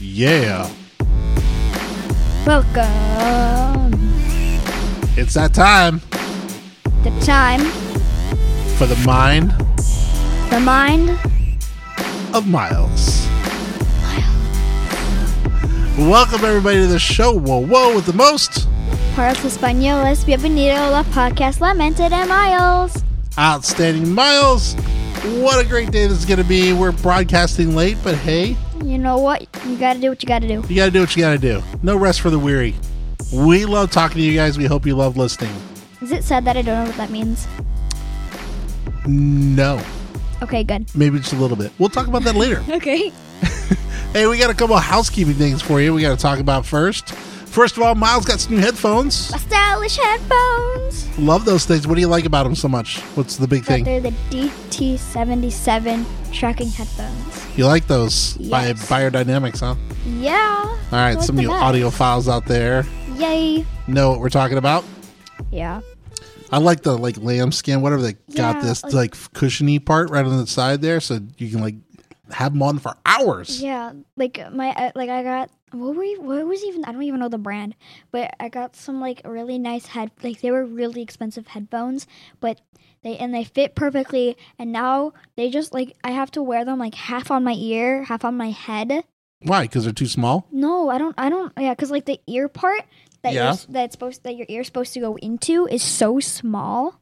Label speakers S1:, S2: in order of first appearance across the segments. S1: yeah.
S2: Welcome.
S1: It's that time
S2: The time,
S1: for the mind
S2: the mind.
S1: of Miles. Welcome, everybody, to the show. Whoa, whoa, with the most
S2: Para los españoles, bienvenido a la podcast Lamented and Miles.
S1: outstanding Miles. What a great day this is going to be. We're broadcasting late, but hey,
S2: You know what? You gotta do what you gotta do.
S1: you got to do what you got to do. No rest for the weary. We love talking to you guys. We hope you love listening.
S2: Is it sad that I don't know what that means?
S1: No,
S2: Okay, good.
S1: maybe just a little bit. We'll talk about that later.
S2: Okay.
S1: Hey, we got a couple of housekeeping things for you we got to talk about first. First of all, Miles got some new headphones.
S2: Stylish headphones.
S1: Love those things. What do you like about them so much? What's the big
S2: But
S1: thing?
S2: they're the DT77 tracking headphones.
S1: You like those
S2: Yes.
S1: by Biodynamics, huh? All
S2: Yeah.
S1: right, some of you audio files out there
S2: Yay.
S1: know what we're talking about.
S2: Yeah.
S1: I like the like lambskin, whatever they got
S2: Yeah,
S1: this
S2: like-
S1: like cushiony part right on the side there, so you can like have them on for hours.
S2: Yeah, like my uh, like I got what were you, what was even I don't even know the brand, but I got some like really nice head like they were really expensive headphones, but they and they fit perfectly and now they just like I have to wear them like half on my ear, half on my head.
S1: Why? Because they're too small.
S2: No, I don't I don't yeah, cuz like the ear part that
S1: Yeah.
S2: you're, that's supposed that your ear's supposed to go into is so small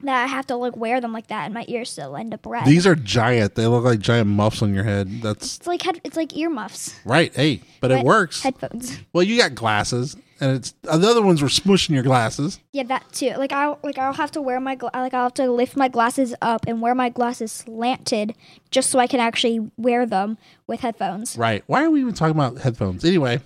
S2: that I have to like wear them like that and my ears still end up red.
S1: These are giant. They look like giant muffs on your head. That's
S2: it's like head, it's like earmuffs,
S1: right. Hey, but it
S2: But
S1: works.
S2: headphones.
S1: Well, you got glasses, and it's uh, the other ones were smushing your glasses.
S2: Yeah, that too. Like I will like I'll have to wear my gla- like I'll have to lift my glasses up and wear my glasses slanted just so I can actually wear them with headphones.
S1: Right. Why are we even talking about headphones? Anyway,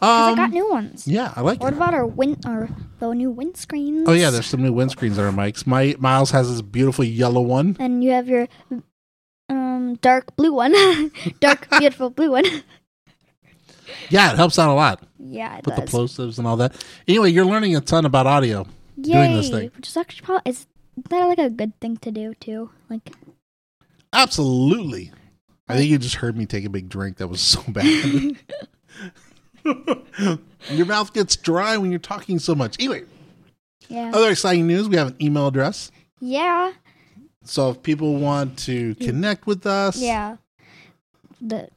S2: 'Cause
S1: um,
S2: I got new ones.
S1: yeah, I like
S2: What
S1: it.
S2: about our win our the new windscreens?
S1: Oh yeah, there's some new windscreens on our mics. My Miles has this beautiful yellow one.
S2: And you have your um dark blue one, dark beautiful blue one.
S1: Yeah, it helps out a lot.
S2: Yeah, it
S1: Put the
S2: does.
S1: plosives and all that. Anyway, you're learning a ton about audio.
S2: Yay!
S1: doing this thing.
S2: Which is actually probably is that like a good thing to do too? Like
S1: Absolutely. I think you just heard me take a big drink. That was so bad. your mouth gets dry when you're talking so much. Anyway,
S2: yeah,
S1: other exciting news. We have an email address.
S2: yeah,
S1: So if people want to connect with us,
S2: Yeah. The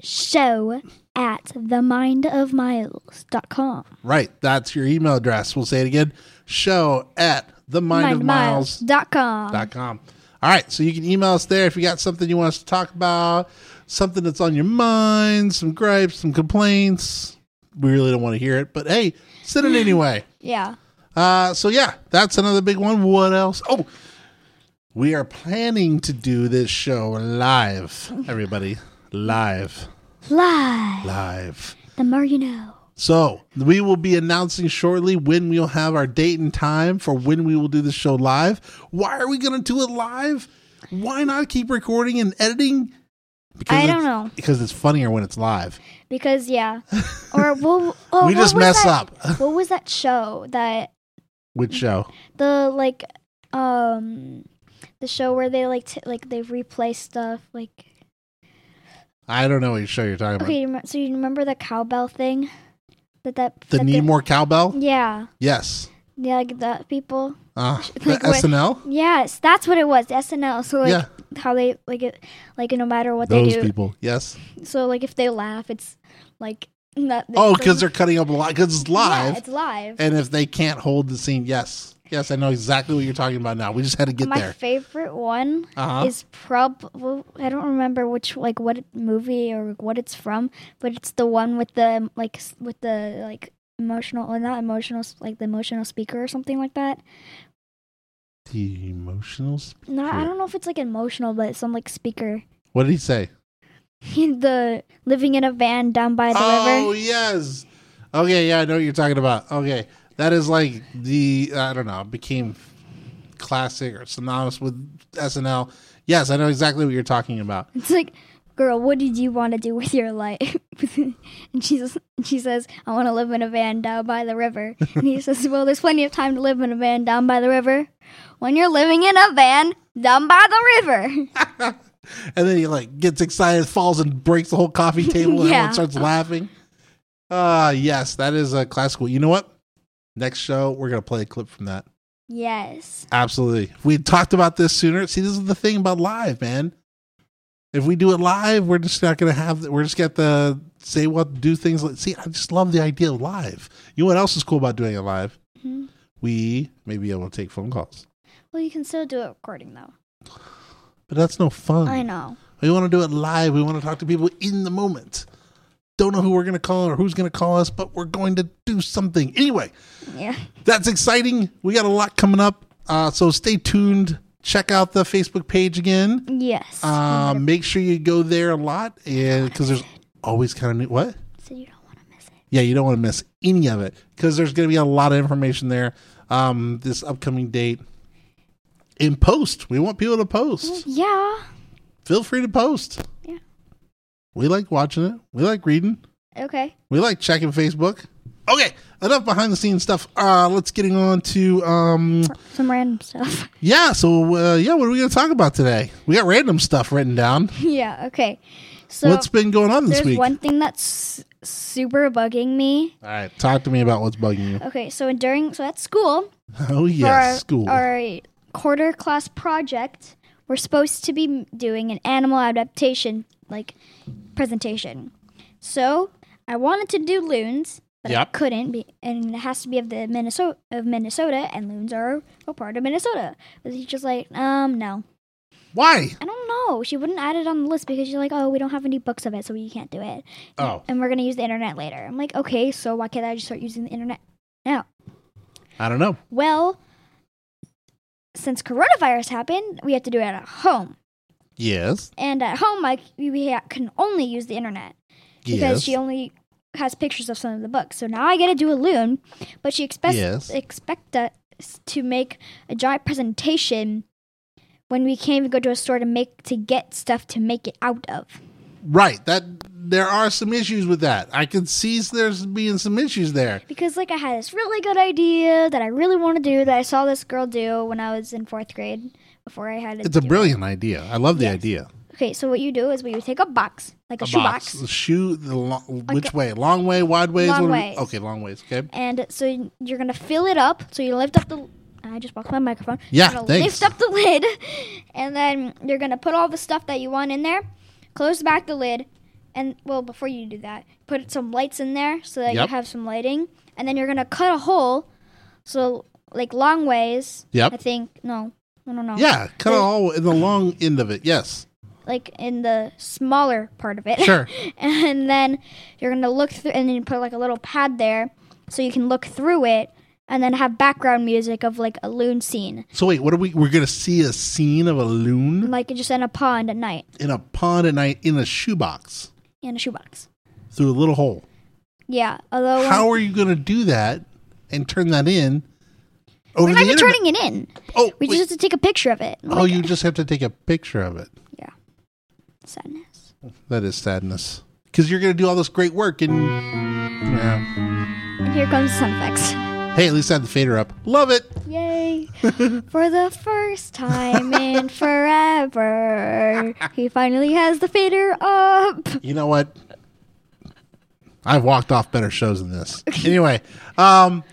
S2: show at themindofmiles.com.
S1: Right. That's your email address. We'll say it again. Show at the mind of miles
S2: dot com.
S1: dot com. All right. So you can email us there if you got something you want us to talk about, something that's on your mind, some gripes, some complaints. We really don't want to hear it, but hey, send it anyway.
S2: Yeah.
S1: Uh, so yeah, that's another big one. What else? Oh, we are planning to do this show live, everybody. Live,
S2: Live.
S1: live.
S2: The more you know.
S1: So we will be announcing shortly when we'll have our date and time for when we will do the show live. Why are we going to do it live? Why not keep recording and editing? Because
S2: I don't
S1: it's-
S2: know.
S1: Because it's funnier when it's live.
S2: Because, yeah. Or, well, oh,
S1: we
S2: what
S1: just
S2: was
S1: mess
S2: that-
S1: up.
S2: What was that show that
S1: Which show?
S2: the, like, um, the show where they, like, t- like they replay stuff? Like,
S1: I don't know what show you're talking about.
S2: okay, you remem- so you remember the cowbell thing? That, that,
S1: The
S2: that
S1: Need More Cowbell?
S2: Yeah.
S1: Yes.
S2: Yeah, like that people.
S1: Uh, the
S2: Like what-
S1: SNL?
S2: Yes, that's what it was. SNL. So like
S1: Yeah.
S2: how they like it, like no matter what
S1: Those
S2: they do.
S1: people. Yes.
S2: So like if they laugh, it's like not.
S1: Oh, because they're cutting up a lot because it's live.
S2: Yeah, it's live.
S1: and if they can't hold the scene, yes. Yes, I know exactly what you're talking about now. We just had to get
S2: My
S1: there.
S2: favorite one
S1: Uh-huh.
S2: is probably I don't remember which like what movie or what it's from, but it's the one with the like s- with the like emotional or not emotional s- like the emotional speaker or something like that.
S1: The emotional. sp-
S2: No, I
S1: Sure.
S2: don't know if it's like emotional, but some like speaker.
S1: What did he say?
S2: the living in a van down by the river.
S1: Oh yes. Okay, yeah, I know what you're talking about. Okay, that is like the I don't know became classic or synonymous with SNL. Yes, I know exactly what you're talking about.
S2: It's like, girl, what did you want to do with your life? and she says, she says, I want to live in a van down by the river. And he says, Well, there's plenty of time to live in a van down by the river when you're living in a van down by the river.
S1: and then he like gets excited, falls and breaks the whole coffee table, and
S2: Yeah.
S1: everyone starts laughing. Ah, yes, that is a classical. You know what? Next show, we're gonna play a clip from that.
S2: Yes.
S1: Absolutely. If we had talked about this sooner, see, this is the thing about live, man. If we do it live, we're just not gonna have. We're just got to say what do things. Like, see, I just love the idea of live. You know what else is cool about doing it live?
S2: Mhm.
S1: We may be able to take phone calls,
S2: Well, you can still do a recording though.
S1: but that's no fun.
S2: I know.
S1: We want to do it live. We want to talk to people in the moment. Don't know who we're going to call or who's going to call us, but we're going to do something. Anyway,
S2: Yeah.
S1: that's exciting. We got a lot coming up. Uh, so stay tuned. Check out the Facebook page again.
S2: Yes.
S1: Uh, make sure you go there a lot and because there's always kind of new. What?
S2: so you don't want to miss it.
S1: Yeah, you don't want to miss any of it because there's going to be a lot of information there um, this upcoming date. In post, we want people to post.
S2: Yeah.
S1: Feel free to post.
S2: Mm-hmm. Yeah.
S1: We like watching it. We like reading.
S2: Okay.
S1: We like checking Facebook. Okay, enough behind the scenes stuff. Uh, let's getting on to um,
S2: Some random stuff.
S1: yeah. So uh, yeah, what are we gonna talk about today? We got random stuff written down.
S2: yeah. Okay. So
S1: what's been going on this
S2: there's
S1: week?
S2: one thing that's super bugging me.
S1: All right, talk to me about what's bugging you.
S2: Okay. So during so at school
S1: Oh yes,
S2: for our,
S1: school.
S2: our quarter class project, we're supposed to be doing an animal adaptation like presentation. So I wanted to do loons, but I
S1: Yep.
S2: couldn't, be, and it has to be of the Minnesota of Minnesota, and loons are a part of Minnesota. The teacher's like, um, no,
S1: Why?
S2: I don't know. She wouldn't add it on the list because she's like, oh, we don't have any books of it, so you can't do it,
S1: Oh,
S2: and we're gonna use the internet later. I'm like, okay, so why can't I just start using the internet now?
S1: I don't know.
S2: Well, since coronavirus happened, we have to do it at home.
S1: Yes,
S2: And at home, like we ha- can only use the internet because
S1: yes.
S2: she only has pictures of some of the books. So now I get to do a loon, but she expects
S1: Yes.
S2: expect us to make a giant presentation when we can't even go to a store to make to get stuff to make it out of.
S1: right. That there are some issues with that. I can see there's being some issues there.
S2: Because like I had this really good idea that I really want to do that I saw this girl do when I was in fourth grade before I had to
S1: It's a
S2: do it.
S1: brilliant idea. I love the
S2: Yes.
S1: idea.
S2: Okay, so what you do is what you take a box, like a,
S1: a
S2: shoebox,
S1: box. The shoe, the long, which way? Long way, wide ways?
S2: Long
S1: what do we-
S2: ways.
S1: Okay, long ways. Okay.
S2: and so you're gonna fill it up. So you lift up the. I just walked my microphone.
S1: Yeah,
S2: You're gonna
S1: thanks.
S2: Lift up the lid, and then you're gonna put all the stuff that you want in there. Close back the lid, and well, before you do that, put some lights in there so that
S1: Yep.
S2: you have some lighting. And then you're gonna cut a hole, so like long ways.
S1: Yep.
S2: I think no, I don't know.
S1: Yeah, cut
S2: There's-
S1: all in the long end of it. Yes.
S2: like in the smaller part of it.
S1: Sure.
S2: and then you're gonna look through, and then you put like a little pad there, so you can look through it, and then have background music of like a loon scene,
S1: So wait, what are we? We're gonna see a scene of a loon
S2: like just in a pond at night
S1: in a pond at night in a shoebox
S2: in a shoebox.
S1: through a little hole.
S2: Yeah, although um,
S1: How are you gonna do that and turn that in over
S2: we're
S1: the
S2: not even
S1: internet?
S2: turning it in.
S1: oh,
S2: We
S1: wait.
S2: just have to take a picture of it.
S1: oh, you just have to take a picture of it.
S2: yeah, sadness.
S1: That is sadness. Because you're gonna do all this great work and yeah.
S2: And here comes sound effects.
S1: Hey, at least I had the fader up. Love it.
S2: Yay! For the first time in forever, he finally has the fader up.
S1: You know what? I've walked off better shows than this. Anyway, um,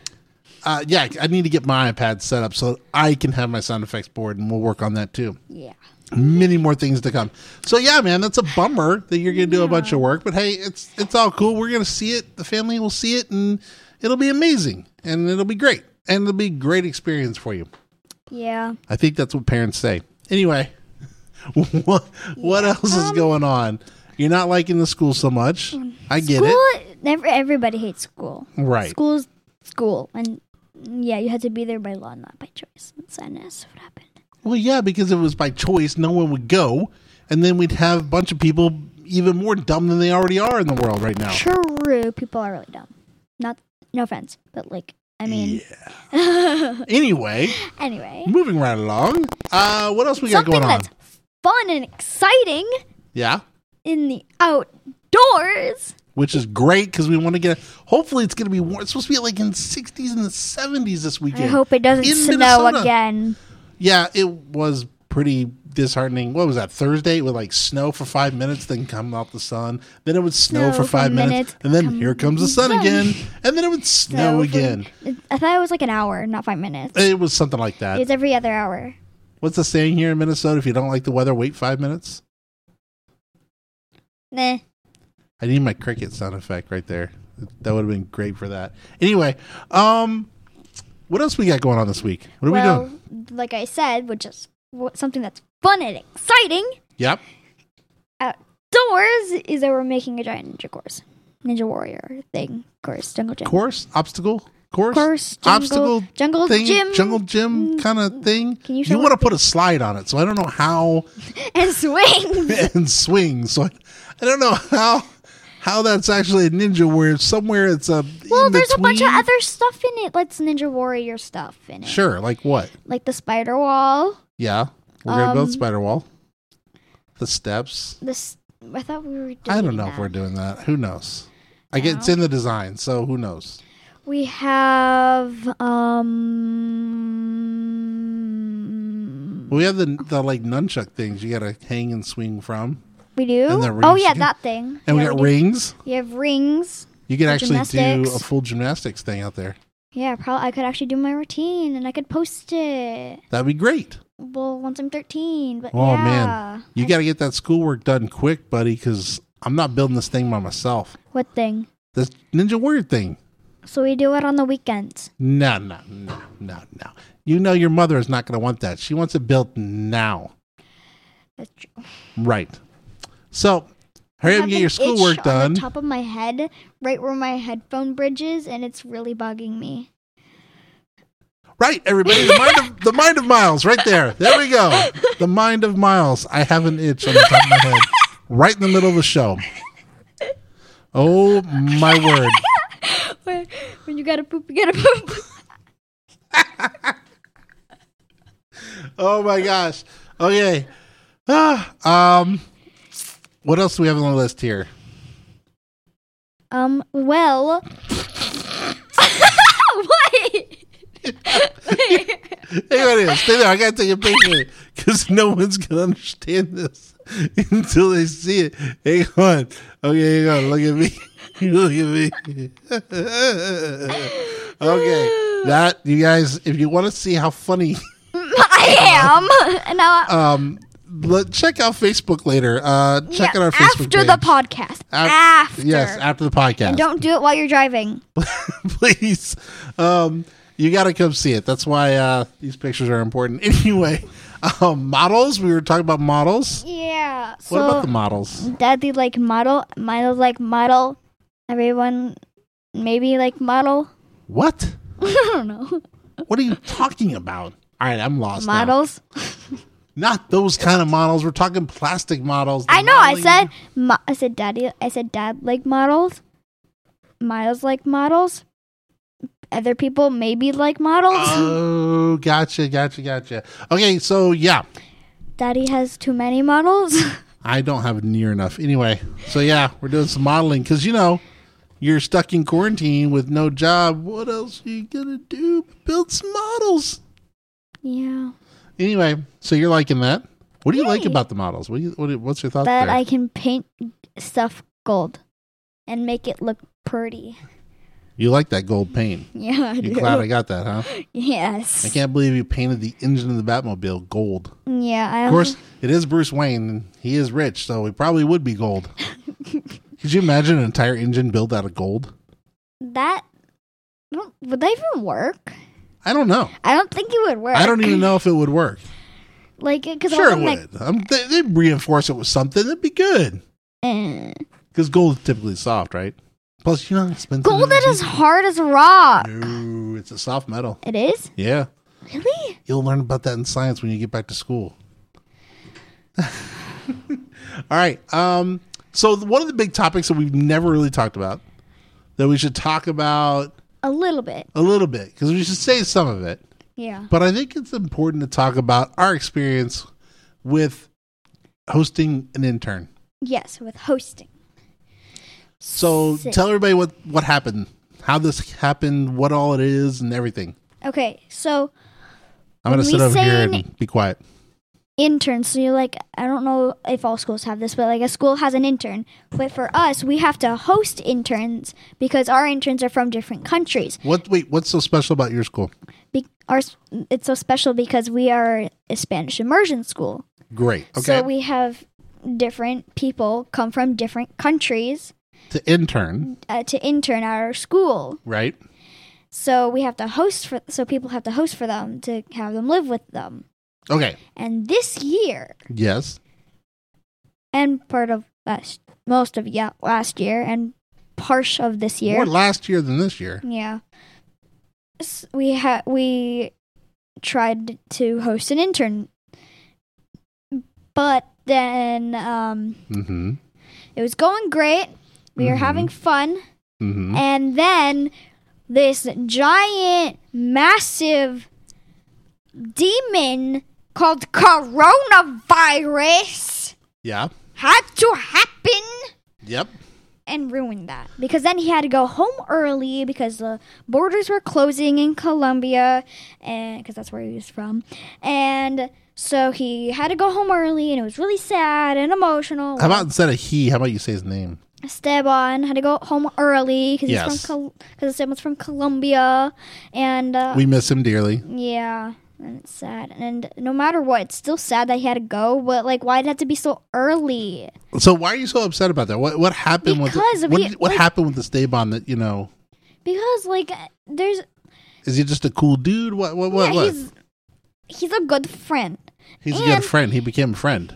S1: uh, yeah, I need to get my iPad set up so I can have my sound effects board, and we'll work on that too.
S2: Yeah.
S1: Many more things to come. So yeah, man, that's a bummer that you're going to do a bunch of work, but hey, it's it's all cool. We're going to see it. The family will see it, and it'll be amazing, and it'll be great, and it'll be a great experience for you.
S2: Yeah.
S1: I think that's what parents say. Anyway, what what else is going on? You're not liking the school so much. I get it.
S2: School, never, everybody hates school.
S1: Right.
S2: School's school. And yeah, you had to be there by law, not by choice. And sadness, what happened?
S1: Well, yeah, because if it was by choice, no one would go, and then we'd have a bunch of people even more dumb than they already are in the world right now.
S2: True, people are really dumb. Not, no offense, but like, I mean,
S1: Anyway,
S2: anyway.
S1: moving right along. Uh, what else we got
S2: Something
S1: going on?
S2: that's fun and exciting
S1: Yeah,
S2: in the outdoors.
S1: which is great because we want to get. Hopefully, it's going to be warm. It's supposed to be like in 60s and the 70s this
S2: I
S1: weekend.
S2: hope it doesn't
S1: In
S2: snow
S1: Minnesota.
S2: again.
S1: Yeah, it was pretty disheartening. What was that Thursday? It would like snow for five minutes, then come out the sun. Then it would snow,
S2: Snow
S1: for
S2: for
S1: five minutes,
S2: minutes,
S1: and then
S2: come
S1: here comes the sun
S2: sun.
S1: again, and then it would
S2: So
S1: snow
S2: for-
S1: again. Eh.
S2: I thought it was like an hour, not five minutes.
S1: It was something like that.
S2: It's every other hour.
S1: What's the saying here in Minnesota? If you don't like the weather, wait five minutes.
S2: Nah.
S1: I need my cricket sound effect right there. That would have been great for that. Anyway, um, what else we got going on this week? What are we
S2: well,
S1: doing?
S2: like I said, which is wh- something that's fun and exciting
S1: Yep.
S2: outdoors Uh, is that we're making a giant ninja course, ninja warrior thing, course, jungle gym,
S1: Course, obstacle, course,
S2: course,
S1: obstacle
S2: jungle, jungle
S1: thing,
S2: gym,
S1: jungle gym
S2: Mm,
S1: kind of thing.
S2: Can you
S1: you
S2: show
S1: want to put a slide on it, so I don't know how
S2: and swing.
S1: and swing. So I, I don't know how how that's actually a ninja where it's somewhere it's a
S2: well,
S1: in
S2: there's a bunch of
S1: between.
S2: other stuff in it, like ninja warrior stuff in it,
S1: sure like what
S2: like the spider wall.
S1: yeah we're gonna build
S2: Um,
S1: spider wall the steps
S2: This I thought we were. Doing
S1: I don't know
S2: that.
S1: if we're doing that. Who knows? I get
S2: No.
S1: it's in the design, so who knows?
S2: We have um.
S1: We have the the like nunchuck things you gotta hang and swing from,
S2: We do.
S1: And the
S2: Oh
S1: rings
S2: yeah,
S1: you-
S2: that thing.
S1: and
S2: yeah,
S1: we got
S2: do.
S1: rings.
S2: We have rings.
S1: You can
S2: The
S1: actually do a
S2: gymnastics.
S1: full gymnastics thing out there.
S2: Yeah, probably I could actually do my routine and I could post it.
S1: That'd be great.
S2: Well, once I'm 13, but
S1: Oh,
S2: yeah.
S1: man. You gotta get that schoolwork done quick, buddy, because I'm not building this thing by myself.
S2: What thing?
S1: This ninja warrior thing.
S2: So we do it on the weekends.
S1: No, no, no, no, no. You know your mother is not gonna want that. She wants it built now.
S2: That's true.
S1: Right. So hurry up and
S2: I
S1: get your
S2: have an itch
S1: schoolwork
S2: On
S1: done.
S2: the top of my head, right where my headphone bridge is, and it's really bugging me.
S1: Right, everybody. The mind of, the mind of Miles, right there. There we go. The mind of Miles. I have an itch on the top of my head, right in the middle of the show. Oh my word!
S2: when you gotta poop, you gotta poop.
S1: Oh my gosh. Okay. Ah, um, what else do we have on the list here?
S2: um. Well. Wait.
S1: Hey, what is? Stay there. I gotta take a picture because no one's gonna understand this until they see it. Hang on. Okay, hang on. Look at me. Look at me. okay, that you guys. If you want to see how funny,
S2: I am. Now,
S1: um, let, check out Facebook later. Uh, check
S2: yeah,
S1: out our Facebook
S2: after
S1: page.
S2: the podcast.
S1: Af-
S2: after.
S1: Yes, after the podcast.
S2: Don't do it while you're driving.
S1: please. Um, you got to come see it. That's why uh, these pictures are important. Anyway, um, models. We were talking about models.
S2: Yeah. So
S1: What about the models?
S2: daddy like model, Milo like model, everyone maybe like model.
S1: What?
S2: I don't know.
S1: What are you talking about? All right, I'm lost. now.
S2: Models.
S1: Not those kind of models. We're talking plastic models. the
S2: I know. I
S1: modeling-
S2: said. Mo- I said daddy. I said dad like models. Miles like models. Other people maybe like models.
S1: Oh, gotcha, gotcha, gotcha. Okay, so yeah,
S2: daddy has too many models.
S1: I don't have near enough. Anyway, so yeah, we're doing some modeling because you know you're stuck in quarantine with no job. What else are you gonna do? but Build some models.
S2: yeah.
S1: Anyway, so you're liking that. What do you like
S2: Yay.
S1: about the models? What do you, what do, what's your thoughts
S2: But
S1: there?
S2: I can paint stuff gold and make it look pretty.
S1: you like that gold paint.
S2: Yeah. I
S1: You're
S2: do.
S1: glad I got that, huh?
S2: Yes.
S1: I can't believe you painted the engine of the Batmobile gold.
S2: Yeah, I
S1: Of course,
S2: Uh-huh.
S1: it is Bruce Wayne. and He is rich, so he probably would be gold. Could you imagine an entire engine built out of gold?
S2: that I don't, would that even work?
S1: I don't know.
S2: I don't think it would work.
S1: I don't even know if it would work.
S2: like because
S1: Sure,
S2: I
S1: it
S2: was like,
S1: would. Um, they, they'd reinforce it with something. That'd be good.
S2: eh.
S1: Because gold is typically soft, right? Plus, you know how expensive.
S2: gold that
S1: it
S2: is hard as rock.
S1: No, it's a soft metal.
S2: It is
S1: Yeah.
S2: really.
S1: You'll learn about that in science when you get back to school. All right. Um, so th- one of the big topics that we've never really talked about that we should talk about
S2: A little bit,
S1: a little bit because we should say some of it,
S2: yeah.
S1: but I think it's important to talk about our experience with hosting an intern.
S2: Yes, with hosting.
S1: So
S2: Sick.
S1: tell everybody what what happened, how this happened, what all it is, and everything.
S2: Okay, so
S1: I'm gonna
S2: When
S1: sit
S2: we
S1: over here
S2: say an-
S1: and be quiet.
S2: interns. So you're like, I don't know if all schools have this, but like a school has an intern. But for us, we have to host interns because our interns are from different countries.
S1: What? Wait, what's so special about your school?
S2: Be- our, s- it's so special because we are a Spanish immersion school.
S1: Great. Okay.
S2: So we have different people come from different countries
S1: to intern,
S2: uh, to intern at our school.
S1: right?
S2: So we have to host for so people have to host for them to have them live with them.
S1: Okay.
S2: And this year,
S1: Yes.
S2: and part of last most of yeah last year and part of this year.
S1: More last year than this year.
S2: Yeah. S- We had we tried to host an intern, but then um,
S1: Mm-hmm.
S2: it was going great. We were
S1: Mhm.
S2: having fun,
S1: Mm-hmm.
S2: and then this giant, massive demon called coronavirus
S1: Yeah.
S2: had to happen
S1: Yep.
S2: and ruined that because then he had to go home early because the borders were closing in Colombia, and because that's where he was from, and so he had to go home early, and it was really sad and emotional.
S1: How about instead of he, how about you say his name?
S2: Esteban had to go home early because he's
S1: Yes.
S2: from because Esteban's from Colombia, and uh,
S1: We miss him dearly.
S2: yeah. And it's sad. And no matter what, it's still sad that he had to go, but like, why'd it have to be so early?
S1: So why are you so upset about that? What what happened with
S2: Because
S1: the,
S2: of
S1: what,
S2: he-
S1: did- what
S2: like-
S1: happened with the Esteban that you know?
S2: Because, like, there's
S1: Is he just a cool dude? What what what?
S2: yeah,
S1: what? He's,
S2: he's he's a good friend.
S1: a good
S2: and-
S1: friend. He became a friend.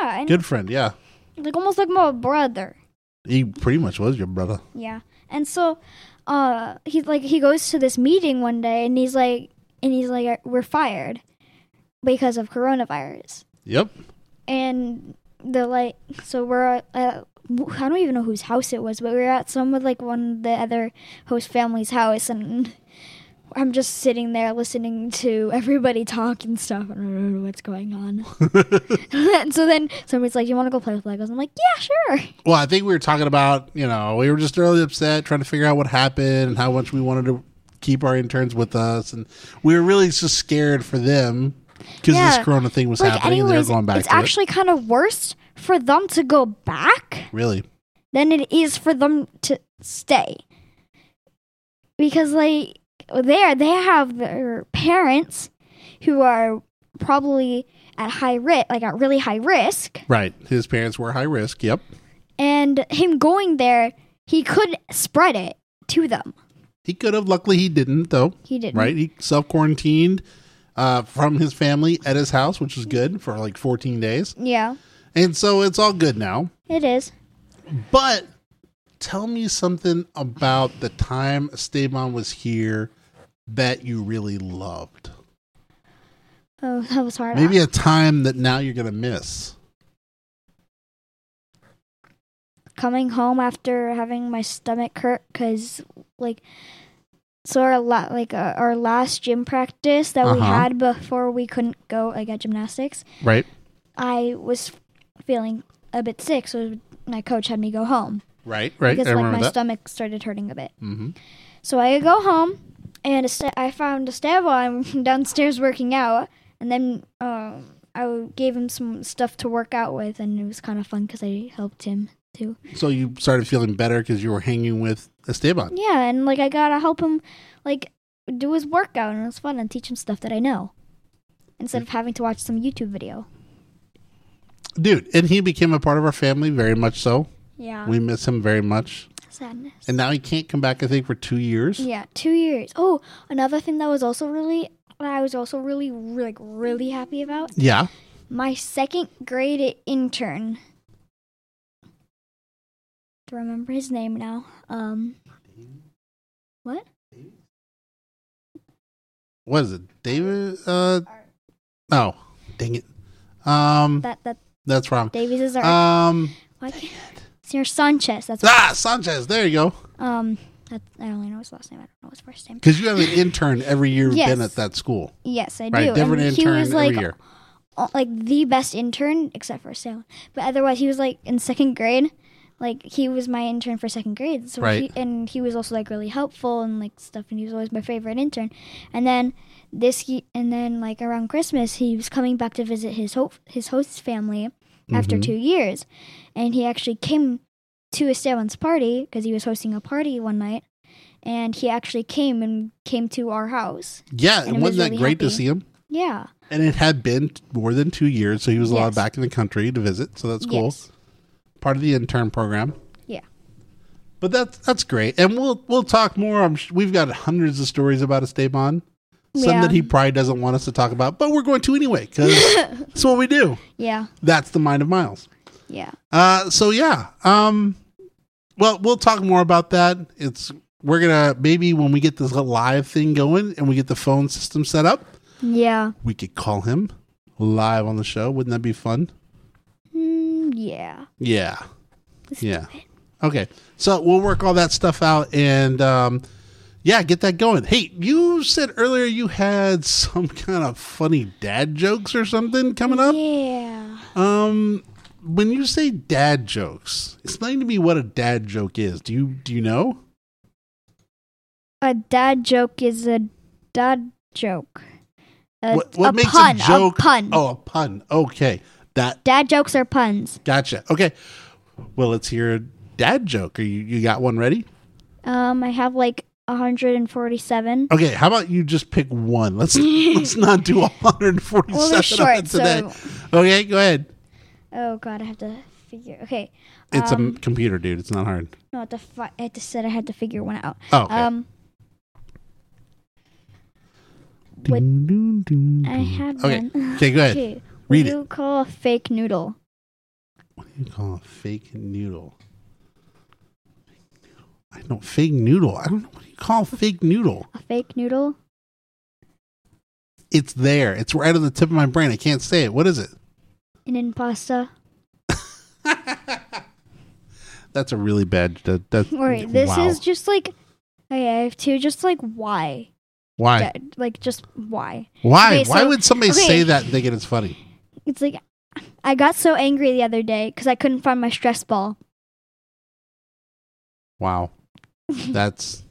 S2: Yeah, and
S1: Good friend. Yeah.
S2: like almost like my brother.
S1: He pretty much was your brother.
S2: Yeah, and so uh, he's like he goes to this meeting one day, and he's like, and he's like, we're fired because of coronavirus,
S1: Yep.
S2: and they're like, so we're. Uh, I don't even know whose house it was, but we were at some with like one of the other host family's house, and I'm just sitting there listening to everybody talk and stuff. I don't know what's going on. and so then somebody's like, "You want to go play with Legos?" I'm like, "Yeah, sure."
S1: Well, I think we were talking about, you know, we were just really upset trying to figure out what happened and how much we wanted to keep our interns with us. And we were really just scared for them because
S2: Yeah.
S1: this corona thing was happening and they were going back
S2: it's
S1: to
S2: actually kind of worse for them to go back
S1: it. Really?
S2: than it is for them to stay. Because, like, there, they have their parents who are probably at high risk, like at really high risk,
S1: Right. His parents were high risk. Yep.
S2: and him going there, he could spread it to them.
S1: He could have. Luckily, he didn't, though.
S2: He didn't.
S1: Right? He self quarantined uh, from his family at his house, which is good for like 14 days.
S2: Yeah,
S1: And so it's all good now.
S2: it is.
S1: But tell me something about the time Esteban was here that you really loved.
S2: Oh, that was hard.
S1: Maybe a time that now you're going to miss.
S2: coming home after having my stomach hurt because like so our la- like uh, our last gym practice that we
S1: Uh-huh.
S2: had before we couldn't go like at gymnastics
S1: Right.
S2: i was feeling a bit sick so my coach had me go home
S1: Right. Right.
S2: because
S1: I
S2: like
S1: remember
S2: my
S1: that.
S2: stomach started hurting a bit
S1: mm-hmm.
S2: so i go home and Este- i found esteban downstairs working out and then um, i gave him some stuff to work out with and it was kind of fun because i helped him too
S1: So you started feeling better because you were hanging with Esteban.
S2: Yeah, and like I gotta help him, like do his workout, and it's fun, and teach him stuff that I know, instead of having to watch some YouTube video.
S1: Dude, and he became a part of our family very much so.
S2: Yeah,
S1: We miss him very much.
S2: sadness.
S1: And now he can't come back, I think, for two years.
S2: Yeah, two years. Oh, another thing that was also really, that I was also really, like, really happy about
S1: Yeah.
S2: my second grade intern. To remember his name now. Um, what?
S1: What is it? David? Uh, oh, dang it. Um,
S2: That that
S1: that's wrong.
S2: Davies is our.
S1: Um,
S2: why can't- Senior Sanchez. That's
S1: ah, Sanchez. There you go.
S2: Um, that, I only know his last name. I don't know his first name.
S1: Because you have an intern every year you've been
S2: Yes.
S1: at that school,
S2: Yes, I
S1: right?
S2: do.
S1: Different
S2: and
S1: intern
S2: he was
S1: every
S2: like,
S1: year.
S2: uh, like the best intern except for Salem. But otherwise, he was like in second grade. Like he was my intern for second grade. So
S1: Right.
S2: he, and he was also like really helpful and like stuff. And he was always my favorite intern. And then this ye- and then like around Christmas, he was coming back to visit his ho- his host family after
S1: Mm-hmm.
S3: Mhm.
S2: two years, and he actually came to Esteban's party because he was hosting a party one night, and he actually came and came to our house.
S1: Yeah,
S2: And
S1: and
S2: it was
S1: wasn't that
S2: really
S1: great to
S2: happy.
S1: see him?
S2: Yeah,
S1: And it had been more than two years, so he was allowed
S2: Yes.
S1: back in the country to visit. So that's cool.
S2: Yes.
S1: Part of the intern program.
S2: Yeah.
S1: But that's that's great, and we'll we'll talk more. I'm sh- we've got hundreds of stories about Esteban, some
S2: Yeah.
S1: that he probably doesn't want us to talk about, but we're going to anyway because that's what we do.
S2: yeah,
S1: That's the mind of Miles.
S2: yeah.
S1: Uh, so yeah. Um, well, we'll talk more about that. It's we're gonna maybe when we get this live thing going and we get the phone system set up,
S2: Yeah.
S1: we could call him live on the show. Wouldn't that be fun?
S2: Mm, yeah.
S1: Yeah. Yeah. Okay. So we'll work all that stuff out and um yeah, get that going. Hey, you said earlier you had some kind of funny dad jokes or something coming up.
S2: Yeah.
S1: Um when you say dad jokes, explain to me what a dad joke is. Do you do you know?
S2: A dad joke is a dad joke. A,
S1: what what
S2: a pun, A pun.
S1: Oh, a pun. Okay. That
S2: Dad jokes are puns.
S1: gotcha. Okay. Well, let's hear a dad joke. Are you you got one ready?
S2: Um, I have like 147.
S1: Okay, how about you just pick one? Let's let's not do 147
S2: Well, they're
S1: of
S2: short,
S1: it today.
S2: so
S1: Okay, go ahead.
S2: oh god, I have to figure. Okay,
S1: It's
S2: Um,
S1: a computer, dude. It's not hard.
S2: no, I have to. Fi- I had to said I had to figure one out.
S1: Oh, okay.
S2: Um, what-
S1: Dun, dun, dun,
S2: I
S1: dun.
S2: had
S1: Mm-hmm. Okay.
S2: one.
S1: Okay, go ahead.
S2: Okay, what
S1: Read
S2: do
S1: it.
S2: you call a fake noodle?
S1: What do you call a fake noodle? I don't fake noodle. I don't know what do you call a fake noodle.
S2: A fake noodle?
S1: It's there. It's right on the tip of my brain. I can't say it. What is it?
S2: An impasta?
S1: That's a really bad. That, that,
S2: All right, this
S1: wow.
S2: is just like. Okay, I have two. Just like why?
S1: why.
S2: Dad- like just why?
S1: Why?
S2: Okay,
S1: why
S2: so-
S1: would somebody
S2: okay.
S1: say that and think it's funny?
S2: It's like I got so angry the other day because I couldn't find my stress ball.
S1: Wow. That's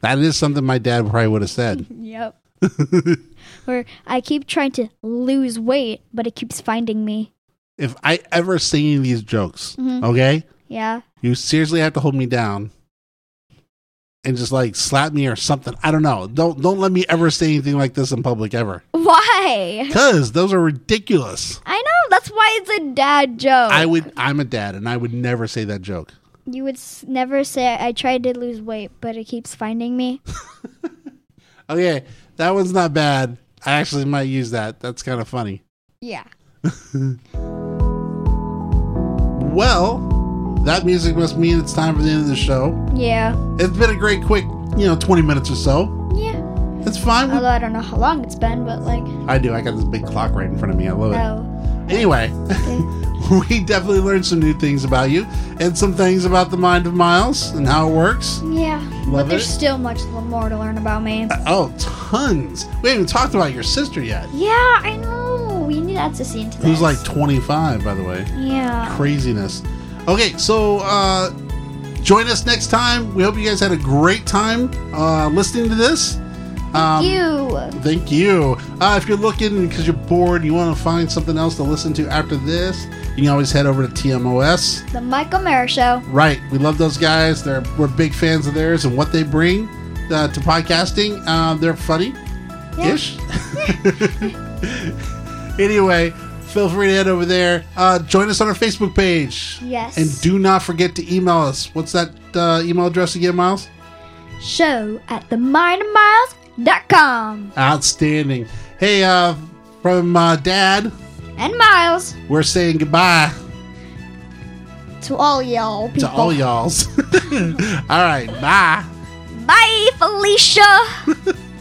S1: that is something my dad probably would have said.
S2: Yep. Or I keep trying to lose weight, but it keeps finding me.
S1: if I ever say any of these jokes,
S2: Mhm.
S1: okay?
S2: Yeah.
S1: You seriously have to hold me down and just like slap me or something. I don't know. Don't don't let me ever say anything like this in public ever.
S2: Why?
S1: Cuz those are ridiculous.
S2: I know that's why it's a dad joke.
S1: I would I'm a dad and I would never say that joke.
S2: you would s- never say I tried to lose weight, but it keeps finding me.
S1: Okay, that one's not bad. I actually might use that. That's kind of funny.
S2: Yeah.
S1: Well, that music must mean it's time for the end of the show.
S2: Yeah.
S1: It's been a great quick, you know, 20 minutes or so.
S2: Yeah.
S1: It's fine.
S2: Although I don't know how long it's been, but like
S1: I do. I got this big clock right in front of me. I love it.
S2: oh.
S1: Anyway, we definitely learned some new things about you and some things about the mind of Miles and how it works.
S2: Yeah.
S1: Love
S2: but there's
S1: it.
S2: still much more to learn about me.
S1: Oh, tons. We haven't even talked about your sister yet,
S2: yeah, I know. We need to see into this.
S1: who's like 25, by the way.
S2: Yeah.
S1: Craziness. Okay, so uh, join us next time. We hope you guys had a great time uh, listening to this. Um,
S2: you.
S1: Thank you. Uh, if you're looking because you're bored, you want to find something else to listen to after this, you can always head over to TMOS.
S2: The Michael Mara Show.
S1: Right, we love those guys. They're we're big fans of theirs and what they bring uh, to podcasting. Uh, they're funny ish. anyway, feel free to head over there. Uh, join us on our Facebook page.
S2: Yes.
S1: And do not forget to email us. What's that uh, email address again, Miles?
S2: show at themindofmiles.com.
S1: Outstanding. Hey, uh, from uh, Dad,
S2: And Miles,
S1: we're saying goodbye.
S2: to all y'all people.
S1: to all y'all's. all right, bye.
S2: Bye, Felicia.